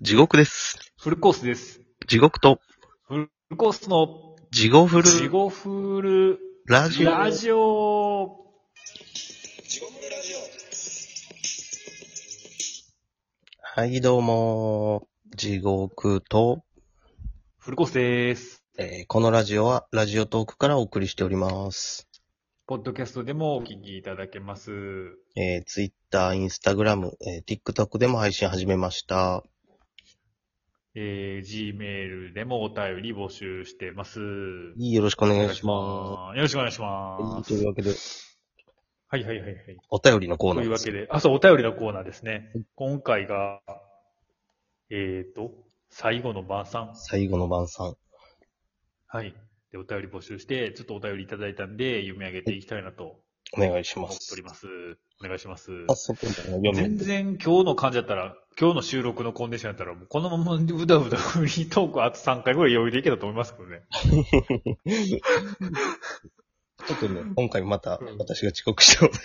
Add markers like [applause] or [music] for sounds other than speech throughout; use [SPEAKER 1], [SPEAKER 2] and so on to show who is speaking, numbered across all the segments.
[SPEAKER 1] 地獄です。
[SPEAKER 2] フルコースです。
[SPEAKER 1] 地獄と、
[SPEAKER 2] フルコースの、
[SPEAKER 1] 地獄フ
[SPEAKER 2] ジ
[SPEAKER 1] ル
[SPEAKER 2] ゴフル、
[SPEAKER 1] ラジオ。
[SPEAKER 2] ラジオ。
[SPEAKER 1] はい、どうも。地獄と、
[SPEAKER 2] フルコースです。
[SPEAKER 1] えーこのラジオは、ラジオトークからお送りしております。
[SPEAKER 2] ポッドキャストでもお聞きいただけます。
[SPEAKER 1] えー、Twitter、Instagram、えー TikTok でも配信始めました。
[SPEAKER 2] えー、Gmail でもお便り募集してます。お。
[SPEAKER 1] よろしくお願いします
[SPEAKER 2] よろしくお願いし
[SPEAKER 1] す。は
[SPEAKER 2] ま
[SPEAKER 1] いと
[SPEAKER 2] す。
[SPEAKER 1] いうわけで、
[SPEAKER 2] はいはいはいはい。
[SPEAKER 1] お便りのコー
[SPEAKER 2] と
[SPEAKER 1] ナ
[SPEAKER 2] い
[SPEAKER 1] ー
[SPEAKER 2] う
[SPEAKER 1] で
[SPEAKER 2] わ
[SPEAKER 1] す。
[SPEAKER 2] けで、あ、そう、お便りのコーナーですね。今回が、えーと、最後の晩餐。
[SPEAKER 1] 最後の晩餐。
[SPEAKER 2] はい。で、お便り募集して、ちょっとお便りいただいたんで、読み上げていきたいなと
[SPEAKER 1] お願いしま
[SPEAKER 2] 思ってお
[SPEAKER 1] す
[SPEAKER 2] り。ます。お願いします。
[SPEAKER 1] 早速、読み
[SPEAKER 2] 全然今日の感じだったら、今日の収録のコンディションだったら、もうこのままうだうだフリートークあと3回ぐらい余裕でいけたと思いますけどね。
[SPEAKER 1] ちょっとね、今回また
[SPEAKER 2] うん
[SPEAKER 1] 私が遅刻したので、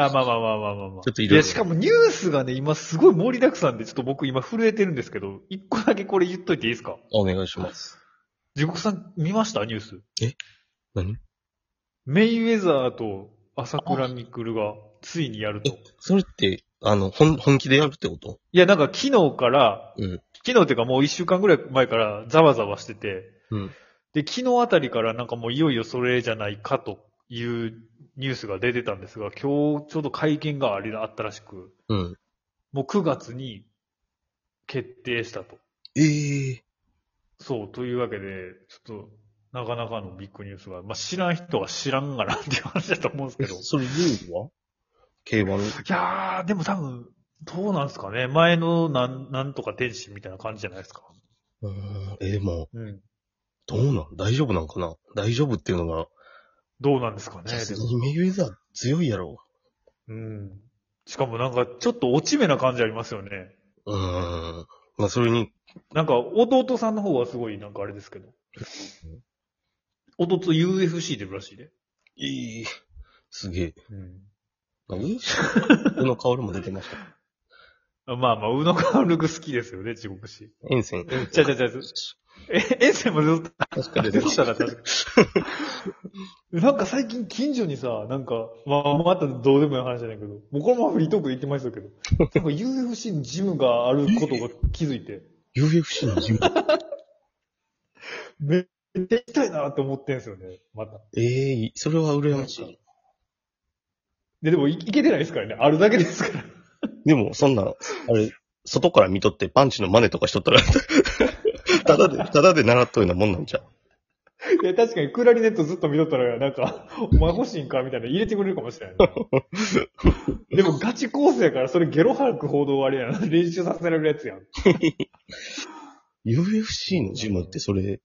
[SPEAKER 2] あ、まあまあまあまあまあまあ。
[SPEAKER 1] ちょっとい
[SPEAKER 2] い
[SPEAKER 1] ろいろ
[SPEAKER 2] や、しかもニュースがね、今すごい盛りだくさんで、ちょっと僕今震えてるんですけど、一個だけこれ言っといていいですか
[SPEAKER 1] お願いします。
[SPEAKER 2] 地獄さん見ましたニュース。
[SPEAKER 1] 何
[SPEAKER 2] メイウェザーと朝倉未来がついにやると。
[SPEAKER 1] それって、あの、本本気でやるってこと
[SPEAKER 2] いや、なんか昨日から、
[SPEAKER 1] うん
[SPEAKER 2] 昨日っていうかもう一週間ぐらい前からざわざわしてて、
[SPEAKER 1] うん
[SPEAKER 2] で、昨日あたりからなんかもういよいよそれじゃないかというニュースが出てたんですが、今日ちょうど会見がありあったらしく、
[SPEAKER 1] うん。
[SPEAKER 2] もう9月に決定したと。
[SPEAKER 1] ええ
[SPEAKER 2] そう、というわけで、ちょっと、なかなかのビッグニュースが、まあ、知らん人は知らんがなっていう話だと思うん
[SPEAKER 1] [laughs]
[SPEAKER 2] ですけど。い
[SPEAKER 1] それルールは競馬の。
[SPEAKER 2] やー、でも多分、どうなんですかね。前のなん、なんとか天使みたいな感じじゃないですか。
[SPEAKER 1] うーん。え、でも、
[SPEAKER 2] うん。
[SPEAKER 1] どうなん大丈夫なんかな大丈夫っていうのが、
[SPEAKER 2] どうなんですかね。
[SPEAKER 1] さす
[SPEAKER 2] で
[SPEAKER 1] が
[SPEAKER 2] も
[SPEAKER 1] にメイウェザー強いやろ。
[SPEAKER 2] うん。しかもなんか、ちょっと落ち目な感じありますよね。
[SPEAKER 1] うーん。まあ、それに、
[SPEAKER 2] なんか、弟さんの方はすごい、なんかあれですけど。弟 UFC 出るらしいで。
[SPEAKER 1] ええすげえ。
[SPEAKER 2] うん。
[SPEAKER 1] 何この香りも出てました。
[SPEAKER 2] まあまあ、宇野川ルク好きですよね、地獄師。
[SPEAKER 1] 遠征。
[SPEAKER 2] ちゃちゃちゃ。え、エッセンもずっと、
[SPEAKER 1] 確かに出
[SPEAKER 2] 出
[SPEAKER 1] てまし
[SPEAKER 2] てき
[SPEAKER 1] た。
[SPEAKER 2] たな、確かに。なんか最近近所にさ、なんか、まあ、またどうでもいい話じゃないけど、もうこのままフリートークで言ってましたけど、なんか UFC のジムがあることが気づいて、
[SPEAKER 1] UFC のジム。
[SPEAKER 2] めっちゃ行きたいなって思ってんすよね、また。
[SPEAKER 1] [laughs] ええそれは羨ましい。
[SPEAKER 2] で、でもいいけてないですからね。あるだけですから。 [laughs]
[SPEAKER 1] でも、そんな、あれ、外から見とってパンチの真似とかしとったら、 [laughs] ただで、ただで習っとるようなもんなんじゃう。
[SPEAKER 2] いや、確かにクラリネットずっと見とったら、なんか、お前欲しいんかみたいな入れてくれるか
[SPEAKER 1] [laughs]
[SPEAKER 2] もしれない、でもガチコースやから、それゲロ吐く報道あれやな。練習させられるやつやん。
[SPEAKER 1] UFC のジムってそれ、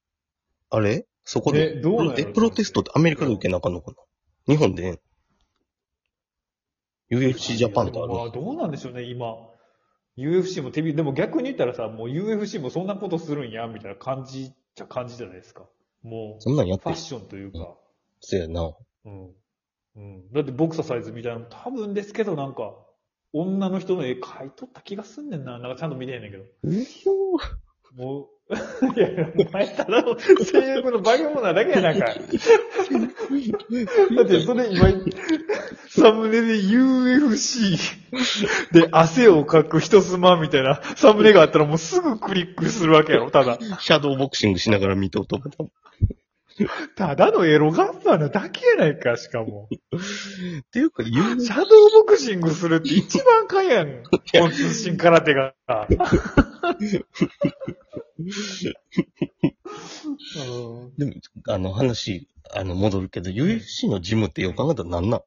[SPEAKER 1] あれそこで、
[SPEAKER 2] ねどうなんやろ
[SPEAKER 1] え、プロテストってアメリカで受けなあかんのかな日本で、UFC ジャパンってあ
[SPEAKER 2] でもま
[SPEAKER 1] る
[SPEAKER 2] あ、どうなんでしょうね、今。UFC も手び、でも逆に言ったらさ、もう UFC もそんなことするんや、みたいな感じっちゃ感じじゃないですか。もう、
[SPEAKER 1] そんなんやっ
[SPEAKER 2] フ
[SPEAKER 1] て
[SPEAKER 2] ァッ
[SPEAKER 1] る
[SPEAKER 2] ションというか。
[SPEAKER 1] せやな。
[SPEAKER 2] うん。うん。だってボクサーサイズみたいなの多分ですけどなんか、女の人の絵描いとった気がすんねんな。なんかちゃんと見てへんねんけど。もう、い [laughs] やいや、お前ただの性欲の化け物なだけやなんかい。だってそれ今、サムネで UFC で汗をかく人妻みたいなサムネがあったらもうすぐクリックするわけやろ、ただ。
[SPEAKER 1] シャドーボクシングしながら見とうと思った。
[SPEAKER 2] ただのエロガンバーなだけやないか、しかも。
[SPEAKER 1] っていうか、UFC
[SPEAKER 2] シャドーボクシングするって一番かやん。本通信空手が。うん
[SPEAKER 1] でも、あの話、あの、戻るけど、UFC のジムってよく考えたらなんなん
[SPEAKER 2] ね、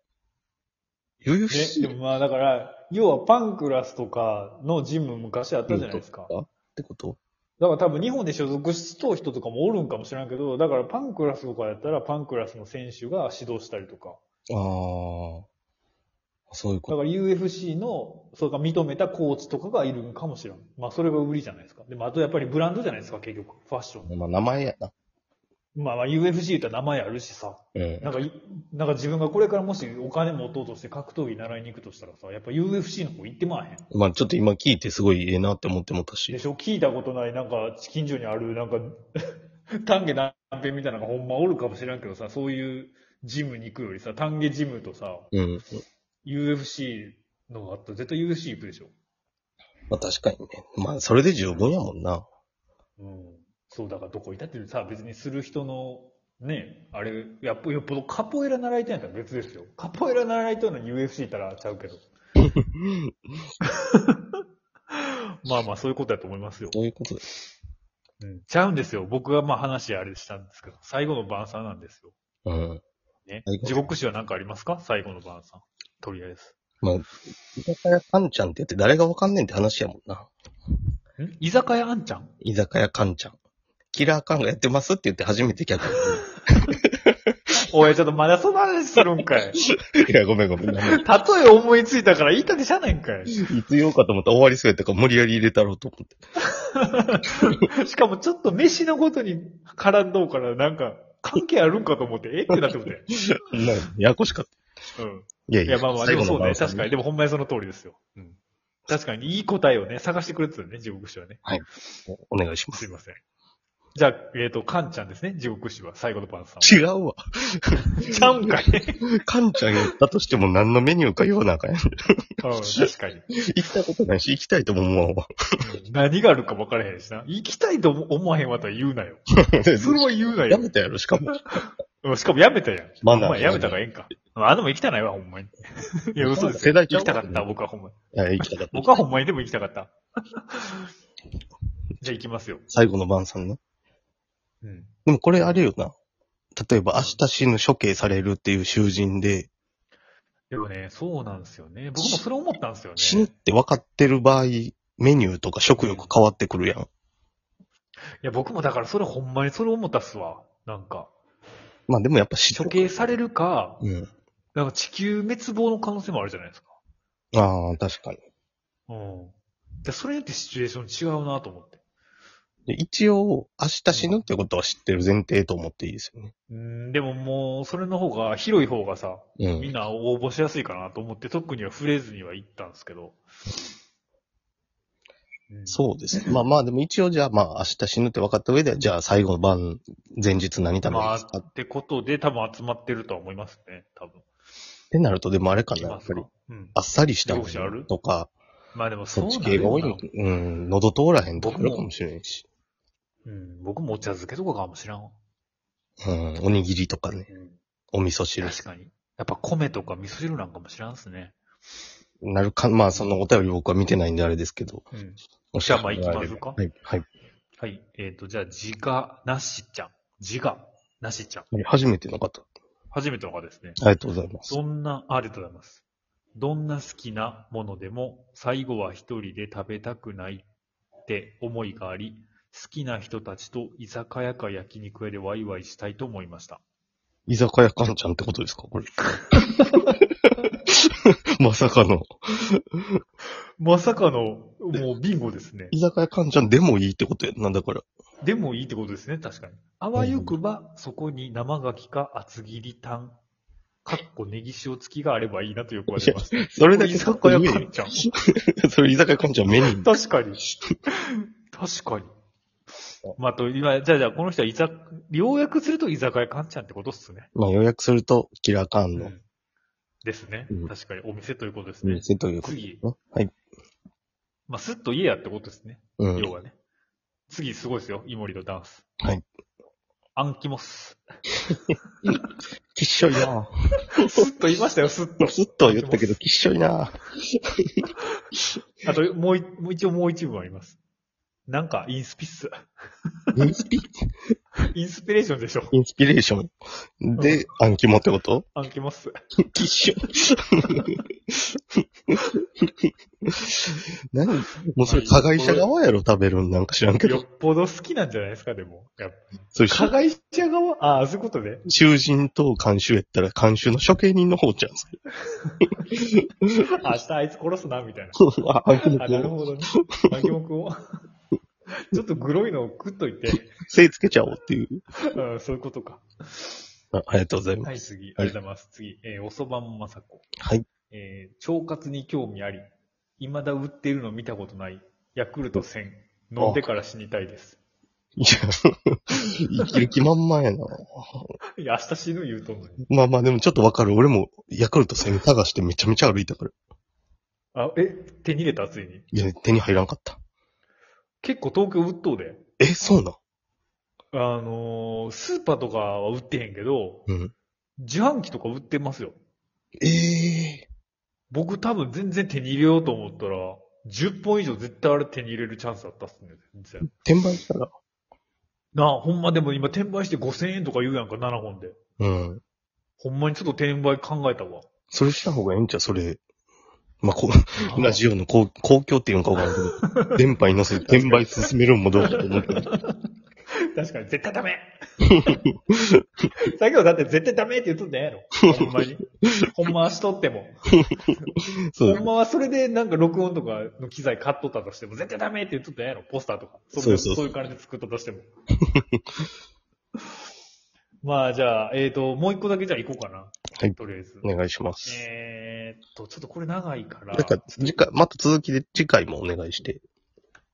[SPEAKER 2] で
[SPEAKER 1] ?UFC
[SPEAKER 2] もまあだから、要はパンクラスとかのジム昔あったじゃないですか。だか
[SPEAKER 1] ってこと
[SPEAKER 2] ら多分日本で所属しとう人とかもおるんかもしれないけど、だからパンクラスとかやったらパンクラスの選手が指導したりとか。
[SPEAKER 1] ああ。そういうこと。
[SPEAKER 2] だから UFC の、それが認めたコーチとかがいるんかもしれん。まあそれが売りじゃないですか。でもあとやっぱりブランドじゃないですか、結局。ファッション。
[SPEAKER 1] まあ、名前やな。
[SPEAKER 2] まあまあ UFC って名前あるしさ、
[SPEAKER 1] うん。
[SPEAKER 2] なんかい、なんか自分がこれからもしお金持とうとして格闘技習いに行くとしたらさ、やっぱ UFC の方行ってまわへん。
[SPEAKER 1] まあちょっと今聞いてすごいええなって思ってもった
[SPEAKER 2] で
[SPEAKER 1] し。
[SPEAKER 2] しょ聞いたことない、なんか、近所にある、なんか、 [laughs] 丹下断片みたいなのがほんまおるかもしれんけどさ、そういうジムに行くよりさ、丹下ジムとさ、
[SPEAKER 1] うん。
[SPEAKER 2] UFC のがあったら絶対 UFC 行くでしょ。
[SPEAKER 1] まあ確かにね。まあそれで十分やもんな。
[SPEAKER 2] うん。そう、だからどこいたってさ、別にする人の、ね、あれ、やっぱよっぽどカポエラ習いたいんやったら別ですよ。カポエラ習いたいのに UFC 行ったらちゃ
[SPEAKER 1] [laughs]
[SPEAKER 2] うけど。まあまあ、そういうことだと思いますよ。
[SPEAKER 1] どういうことです
[SPEAKER 2] うん、ちゃうんですよ。僕がまあ話あれしたんですけど、最後の晩餐なんですよ。
[SPEAKER 1] うん。
[SPEAKER 2] ね
[SPEAKER 1] 最。後
[SPEAKER 2] 地獄史は何かありますか最後の晩餐。とりあえず。
[SPEAKER 1] まあ、居酒屋かんちゃんってやって誰がわかんねんって話やもんな。
[SPEAKER 2] ん居酒屋あんちゃん
[SPEAKER 1] 居酒屋かんちゃん。キラーカンがやってますって言って初めて客が。
[SPEAKER 2] おい、ちょっとまだその話する
[SPEAKER 1] [laughs]
[SPEAKER 2] んかい。
[SPEAKER 1] [laughs] いや、ごめんごめん。 [laughs] い
[SPEAKER 2] たとえ思いついたから言いたてじゃないんかい。
[SPEAKER 1] つ言おうかと思ったら終わりそうやったから無理やり入れたろうと思って。
[SPEAKER 2] [laughs] しかもちょっと飯のことに絡んどうから、なんか、関係あるんかと思って、えってなってもて。
[SPEAKER 1] なややこしかっ
[SPEAKER 2] うん。
[SPEAKER 1] た。いやい
[SPEAKER 2] い
[SPEAKER 1] や、
[SPEAKER 2] や、まあまあ、でもそうね。確かに。
[SPEAKER 1] に。
[SPEAKER 2] でもほんまにその通りですよ。うん。確かに、いい答えをね、探してくれてたよね、地獄師はね。
[SPEAKER 1] お願いします
[SPEAKER 2] い
[SPEAKER 1] す。
[SPEAKER 2] ません。じゃあ、えっ、と、カンちゃんですね、地獄師は、最後のパンさん
[SPEAKER 1] 違
[SPEAKER 2] は。
[SPEAKER 1] うわ。
[SPEAKER 2] ちゃうんかい。
[SPEAKER 1] かんちゃんやったとしても何のメニューか言わなあかんやん。
[SPEAKER 2] うん、確かに。
[SPEAKER 1] 行きたいことないし、行きたいとも思わんわ。
[SPEAKER 2] 何があるか分からへんしな。行きたいとも思わへんわとは言うなよ。それは言うな
[SPEAKER 1] や
[SPEAKER 2] よ
[SPEAKER 1] め。たやろ、しかも。
[SPEAKER 2] うんしかもやめたやん。
[SPEAKER 1] マ
[SPEAKER 2] お
[SPEAKER 1] ナー
[SPEAKER 2] 前やめたがええんか。あでも行きたないわ、ほんまに。いや、嘘です
[SPEAKER 1] 世
[SPEAKER 2] よ。
[SPEAKER 1] 代
[SPEAKER 2] 行
[SPEAKER 1] ちゃう
[SPEAKER 2] きたかった、僕はほんまに。
[SPEAKER 1] いや行きたかった。
[SPEAKER 2] 僕はほんまにでも行きたか [laughs] った。じゃあ行きますよ。
[SPEAKER 1] 最後の晩餐ね。
[SPEAKER 2] うん。
[SPEAKER 1] でもこれあれよな。例えば明日死ぬ処刑されるっていう囚人で、
[SPEAKER 2] でもね、そうなんですよね。僕もそれ思ったんですよ
[SPEAKER 1] 死ぬっ
[SPEAKER 2] ね。
[SPEAKER 1] て分かってる場合、メニューとか食欲変わってくるやん。
[SPEAKER 2] いや、僕もだからそれほんまにそれ思ったっすわ。なんか。
[SPEAKER 1] まあでもやっぱ死
[SPEAKER 2] 処刑されるか、
[SPEAKER 1] うん。
[SPEAKER 2] なんか地球滅亡の可能性もあるじゃないですか。
[SPEAKER 1] ああ、確かに。
[SPEAKER 2] うん。でそれによってシチュエーション違うなと思って。
[SPEAKER 1] で一応、明日死ぬってことは知ってる前提と思っていいですよね。
[SPEAKER 2] うん、でももう、それの方が、広い方がさ、
[SPEAKER 1] う
[SPEAKER 2] みん
[SPEAKER 1] ん。
[SPEAKER 2] な応募しやすいかなと思って、特には触れずには行ったんですけど。う
[SPEAKER 1] そうですね。まあまあでも一応じゃあまあ明日死ぬって分かった上で、じゃあ最後の晩、前日何食べ
[SPEAKER 2] ん。まあ、
[SPEAKER 1] ますかっ
[SPEAKER 2] ってことで多分集まってるとは思いますね、多分。
[SPEAKER 1] てなるとでもあれかな、
[SPEAKER 2] 行
[SPEAKER 1] や
[SPEAKER 2] きま
[SPEAKER 1] っ
[SPEAKER 2] す
[SPEAKER 1] ぱり
[SPEAKER 2] か。。うん。
[SPEAKER 1] あっさりしたも
[SPEAKER 2] 上司あ
[SPEAKER 1] の
[SPEAKER 2] る
[SPEAKER 1] とか、
[SPEAKER 2] まあでもそう
[SPEAKER 1] そっ
[SPEAKER 2] な
[SPEAKER 1] ち
[SPEAKER 2] ん
[SPEAKER 1] 系が多い
[SPEAKER 2] だ
[SPEAKER 1] の
[SPEAKER 2] よ。
[SPEAKER 1] うん、喉通らへんとかあるかもしれんし。
[SPEAKER 2] なうん、僕もお茶漬けとかかもしらんわ。
[SPEAKER 1] うん、おにぎりとかね、
[SPEAKER 2] うん。
[SPEAKER 1] お味噌汁。
[SPEAKER 2] 確かに。やっぱ米とか味噌汁なんかも知らんっすね。
[SPEAKER 1] なるか、まあそのお便り僕は見てないんであれですけど。
[SPEAKER 2] うん。
[SPEAKER 1] お
[SPEAKER 2] じゃあまあ行きますか
[SPEAKER 1] はい、はい。
[SPEAKER 2] はい。えっ、と、じゃあ、自我なしちゃん。自我なしちゃん。
[SPEAKER 1] 初めての方。
[SPEAKER 2] 初めての方ですね。
[SPEAKER 1] ありがとうございます。
[SPEAKER 2] どんな、あありがとうございます。どんな好きなものでも、最後は一人で食べたくないって思いがあり、好きな人たちと居酒屋か焼肉屋でワイワイしたいと思いました。
[SPEAKER 1] 居酒屋かんちゃんってことですかこれ。 [laughs] まさかの。
[SPEAKER 2] まさかの、もうビンゴですね。
[SPEAKER 1] 居酒屋かんちゃんでもいいってことや。なんだから。
[SPEAKER 2] でもいいってことですね、確かに。あわよくば、そこに生牡蠣か厚切りタン、かっこネギ塩付きがあればいいなとよくわかりました。
[SPEAKER 1] それだ
[SPEAKER 2] 居
[SPEAKER 1] け
[SPEAKER 2] 酒屋か
[SPEAKER 1] ん
[SPEAKER 2] んちゃん。
[SPEAKER 1] それ居酒屋かんちゃんメニュー。
[SPEAKER 2] 確かに。 [laughs] 確かに。まあ、と、今、じゃあ、じゃあ、この人は、いざ、要約すると居酒屋かんちゃんってことっすね。
[SPEAKER 1] まあ予約すると、キラーカン
[SPEAKER 2] う
[SPEAKER 1] の
[SPEAKER 2] んですね
[SPEAKER 1] うん。
[SPEAKER 2] 確かに、お店ということですね。
[SPEAKER 1] 店ということで
[SPEAKER 2] 次
[SPEAKER 1] す、ね。はい。
[SPEAKER 2] まあ、すっと家やってことですね。
[SPEAKER 1] うん。
[SPEAKER 2] 要はね。次、すごいですよ。イモリのダンス。
[SPEAKER 1] はい。
[SPEAKER 2] アンキモス。
[SPEAKER 1] きっしょいな
[SPEAKER 2] [laughs] すっと言いましたよ、すっと。
[SPEAKER 1] ずっとは言ったけど、きっしょいな
[SPEAKER 2] あと、もうい、もう一応もう一部あります。なんか、インスピッス。
[SPEAKER 1] インスピ
[SPEAKER 2] インスピレーションでしょ。
[SPEAKER 1] インスピレーションで、暗記もってこと
[SPEAKER 2] アンキモス。
[SPEAKER 1] きっしょ。 [laughs] 何もうそれ加害者側やろ、食べるんなんか知らんけ
[SPEAKER 2] よ
[SPEAKER 1] ど。
[SPEAKER 2] っぽど好きなんじゃないですか、でも。やっぱ
[SPEAKER 1] それ、
[SPEAKER 2] 加害者側ああ、そういうことね。
[SPEAKER 1] 囚人と監修やったら、監修の処刑人の方じゃん。それ
[SPEAKER 2] [laughs] 明日あいつ殺すな、みたいな。
[SPEAKER 1] [laughs] あ、暗記も
[SPEAKER 2] あ、
[SPEAKER 1] っ
[SPEAKER 2] なる
[SPEAKER 1] て
[SPEAKER 2] ほどね。あ、疑問を。 [laughs] ちょっとグロいのを食っといて。
[SPEAKER 1] 精つけちゃおうっていう。
[SPEAKER 2] うん、そういうことか。
[SPEAKER 1] あありがとうござい [laughs] ます。
[SPEAKER 2] はい、次。ありがとうございます。次。えー、おそばもまさこ。
[SPEAKER 1] はい。
[SPEAKER 2] えー、腸活に興味あり、未だ売っているの見たことない、ヤクルト1000。飲んでから死にたいです。
[SPEAKER 1] いや、生きる気満々やな。
[SPEAKER 2] いや、明日死ぬ言うとんのに。
[SPEAKER 1] まあまあでもちょっとわかる。俺もヤクルト1000探してめちゃめちゃ歩いたから。
[SPEAKER 2] あ、え、手に入れたついに。
[SPEAKER 1] いや、手に入らんかった。
[SPEAKER 2] 結構東京売っとうで。
[SPEAKER 1] え、そうなん
[SPEAKER 2] あのー、スーパーとかは売ってへんけど、
[SPEAKER 1] うん。
[SPEAKER 2] 自販機とか売ってますよ。
[SPEAKER 1] ええ
[SPEAKER 2] 僕多分全然手に入れようと思ったら、10本以上絶対あれ手に入れるチャンスだったっすね。全然
[SPEAKER 1] 転売したら。
[SPEAKER 2] なあ、ほんまでも今転売して5000円とか言うやんか、7本で。
[SPEAKER 1] うん。
[SPEAKER 2] ほんまにちょっと転売考えたわ。
[SPEAKER 1] それした方がええんちゃうそれ。まあ、こ
[SPEAKER 2] あ
[SPEAKER 1] ラジオの公公共っていうんかわからんけど、電波に乗 [laughs] せて転売進めるんもどうかと思う [laughs] けど。
[SPEAKER 2] [laughs] 確かに、絶対ダメ [laughs] 作業だって絶対ダメって言っとんだやろ。ほんまに。ほんまはしとっても。
[SPEAKER 1] そ
[SPEAKER 2] ほ。
[SPEAKER 1] うん
[SPEAKER 2] まはそれでなんか録音とかの機材買っとったとしても、絶対ダメって言っとったんやろ、ポスターとか。んな
[SPEAKER 1] そうそうそう
[SPEAKER 2] そういう感じで作ったとしても。 [laughs] まあじゃあ、えっ、と、もう一個だけじゃあ行こうかな。
[SPEAKER 1] はい
[SPEAKER 2] とりあえず。
[SPEAKER 1] お願いします。
[SPEAKER 2] えーっと、ちょっとこれ長いから
[SPEAKER 1] なん。か、次回、また続きで次回もお願いして。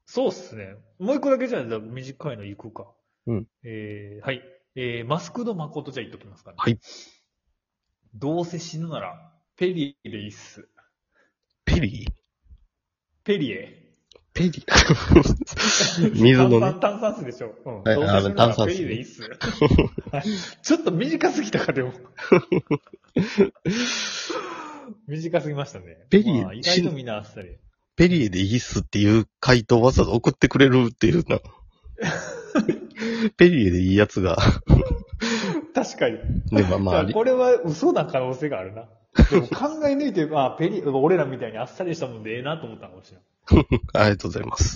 [SPEAKER 2] そうっすね。もう一個だけじゃあ、じゃあ短いの行くか。
[SPEAKER 1] うん。
[SPEAKER 2] えー、はい。えー、マスクの誠じゃあ言っときますかね。
[SPEAKER 1] はい。
[SPEAKER 2] どうせ死ぬなら、ペリエでいいっす。
[SPEAKER 1] ペリー
[SPEAKER 2] ペリエ。
[SPEAKER 1] ペリー [laughs] 水のね。
[SPEAKER 2] 炭酸炭酸水でしょ。うん。
[SPEAKER 1] はい
[SPEAKER 2] どうせ死ぬなら
[SPEAKER 1] あの炭酸
[SPEAKER 2] ペ
[SPEAKER 1] 水
[SPEAKER 2] リエでいいっす。はい [laughs] ちょっと短すぎたか、でも。短すぎましたね。
[SPEAKER 1] ペリエ
[SPEAKER 2] まあ意外とみんなあっさり。
[SPEAKER 1] ペリーでいいっすっていう回答をわざわざ送ってくれるっていう [laughs] な。ペリーでいいやつが。
[SPEAKER 2] 確かに。
[SPEAKER 1] でも [laughs] まあ、あり
[SPEAKER 2] これは嘘な可能性があるな。でも考え抜いて、まあ、ペリ、俺らみたいにあっさりしたもんでええなと思ったのかもしれない。
[SPEAKER 1] ありがとうございます。